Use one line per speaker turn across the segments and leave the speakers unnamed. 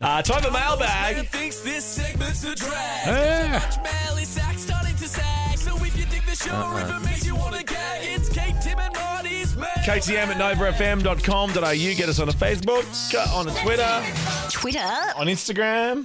Uh, time for mailbag.
thinks this segment's a drag.
Eh.
There's so much mail is sack starting to sag. So if you dig the show or if it makes you want to gag, it's Kate, Tim, and Marty's mail.
KTM at novafm.com.au. Get us on the Facebook, uh, on the Twitter,
Twitter.
on Instagram.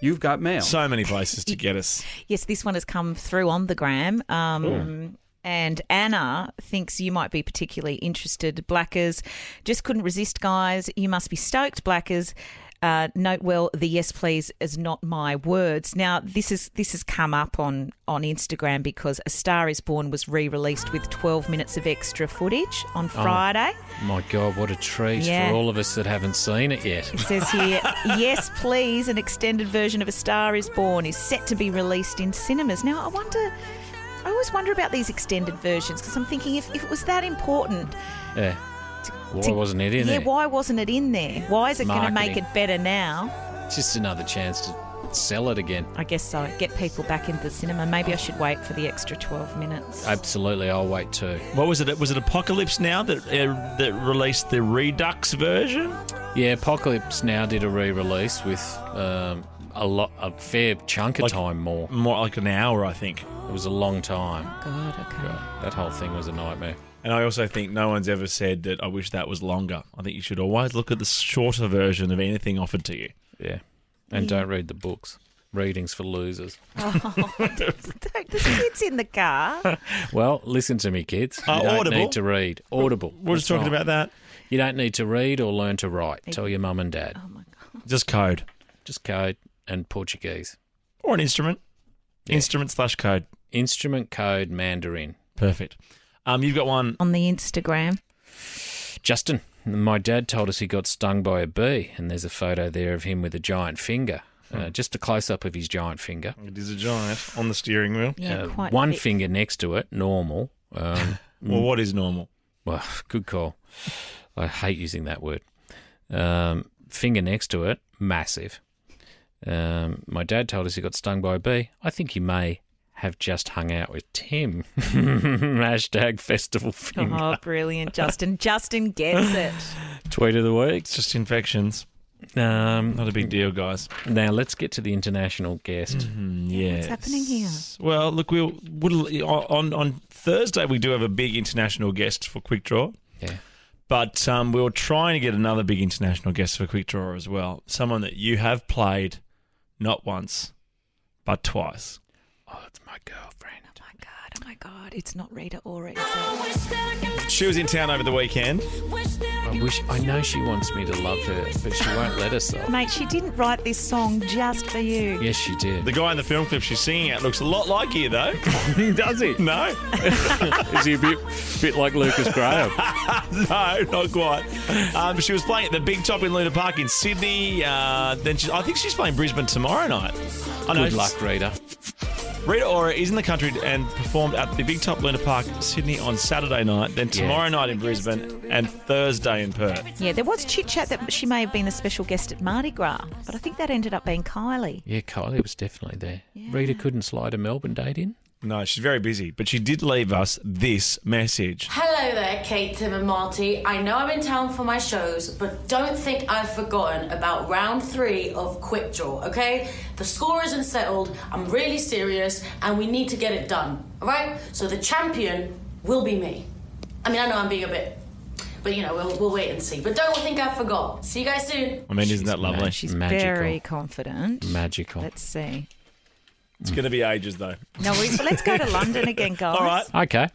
You've got mail.
So many places to get us.
Yes, this one has come through on the gram. Um, and Anna thinks you might be particularly interested. Blackers just couldn't resist, guys. You must be stoked, Blackers. Uh, note well, the yes please is not my words. Now this is this has come up on on Instagram because A Star Is Born was re released with 12 minutes of extra footage on Friday.
Oh, My God, what a treat
Yeah.
for all of us that haven't seen it yet.
It says here, yes, please, an extended version of A Star is Born is set to be released in cinemas. Now, I wonder, I always wonder about these extended versions because I'm thinking if, if it was that important,
Yeah. Why
to-
wasn't it in
yeah,
there?
why wasn't it in there? Why is it going to make
Marketing.
it better now?
Just another chance to sell it again.
I guess so. Get people back into the cinema. Maybe I should wait for the extra 12 minutes.
Uh, Absolutely, I'll wait too.
What was it? Was it Apocalypse Now that uh, that released the Redux version?
Yeah, Apocalypse Now did a re-release with um, a lot, a fair chunk of
Like-
time more.
More like an hour, I think.
It was a long time.
God, okay.
That whole thing was a nightmare.
And I also think no one's ever said that I wish that was longer. I think you should always look at the shorter version of anything offered to you.
Yeah, and don't read the books. Readings for losers.
Don't, there's kids in the car.
Well, listen to me, kids. You
Uh,
don't
Audible.
need to read. Audible.
We're just talking about Um, that.
that. You don't need to read or learn to write. Tell your mum and dad.
Just code
Just code and Portuguese.
or an instrument. Instrument slash code.
Instrument code Mandarin.
Perfect. Um, you've got one.
On the Instagram.
Justin, my dad told us he got stung by a bee, and there's a photo there of him with a giant finger. Uh,
Hmm.
just a close up of his giant finger.
It is a giant on the steering wheel.
Yeah,
Uh,
quite
one
thick.
finger next to it, normal. Um,
Well, what is normal?
well, good call. I hate using that word. Um, finger next to it, massive. Um, my dad told us he got stung by a bee. I think he may have just hung out with Tim. Hashtag festival finger.
Oh, brilliant, Justin. Justin gets it.
Tweet of the week.
It's just infections.
Um,
Not a big deal, guys.
Now let's get to the international guest.
Yeah. What's
happening here?
Well, look, we'll, we'll on on Thursday we do have a big international guest for Quick Draw.
Yeah.
But um, we were trying to get another big international guest for Quick Draw as well. Someone that you have played not once, but twice.
Oh, it's my girlfriend.
Oh my God, oh my God. It's not Rita Ora, is it?
She was in town over the weekend.
I wish I know she wants me to love her, but she won't let us though.
Mate, she didn't write this song just for you.
Yes, she did.
The guy in the film clip she's singing at looks a lot like you, though. Does he? No,
Is he a bit, bit like Lucas Graham?
no, not quite. Um, she was playing at the Big Top in Luna Park in Sydney. Uh, then she, I think she's playing Brisbane tomorrow night. I know
Good luck, Rita.
Rita Ora is in the country and performed at the Big Top Luna Park, Sydney on Saturday night, then tomorrow night in Brisbane, and Thursday in Perth.
Yeah, there was chit chat that she may have been a special guest at Mardi Gras, but I think that ended up being Kylie.
Yeah, Kylie was definitely there. Rita couldn't slide a Melbourne date in.
No, she's very busy, but she did leave us this message.
Hello there, Kate, Tim, and Marty. I know I'm in town for my shows, but don't think I've forgotten about round three of Quick Draw, okay? The score isn't settled, I'm really serious, and we need to get it done, alright? So the champion will be me. I mean, I know I'm being a bit, but you know, we'll, we'll wait and see. But don't think I forgot. See you guys soon.
I mean, isn't that lovely?
mad.
She's
Magical.
very confident.
Magical.
Let's see.
It's going to be ages, though.
No, we, let's go to London again, guys.
All right.
Okay.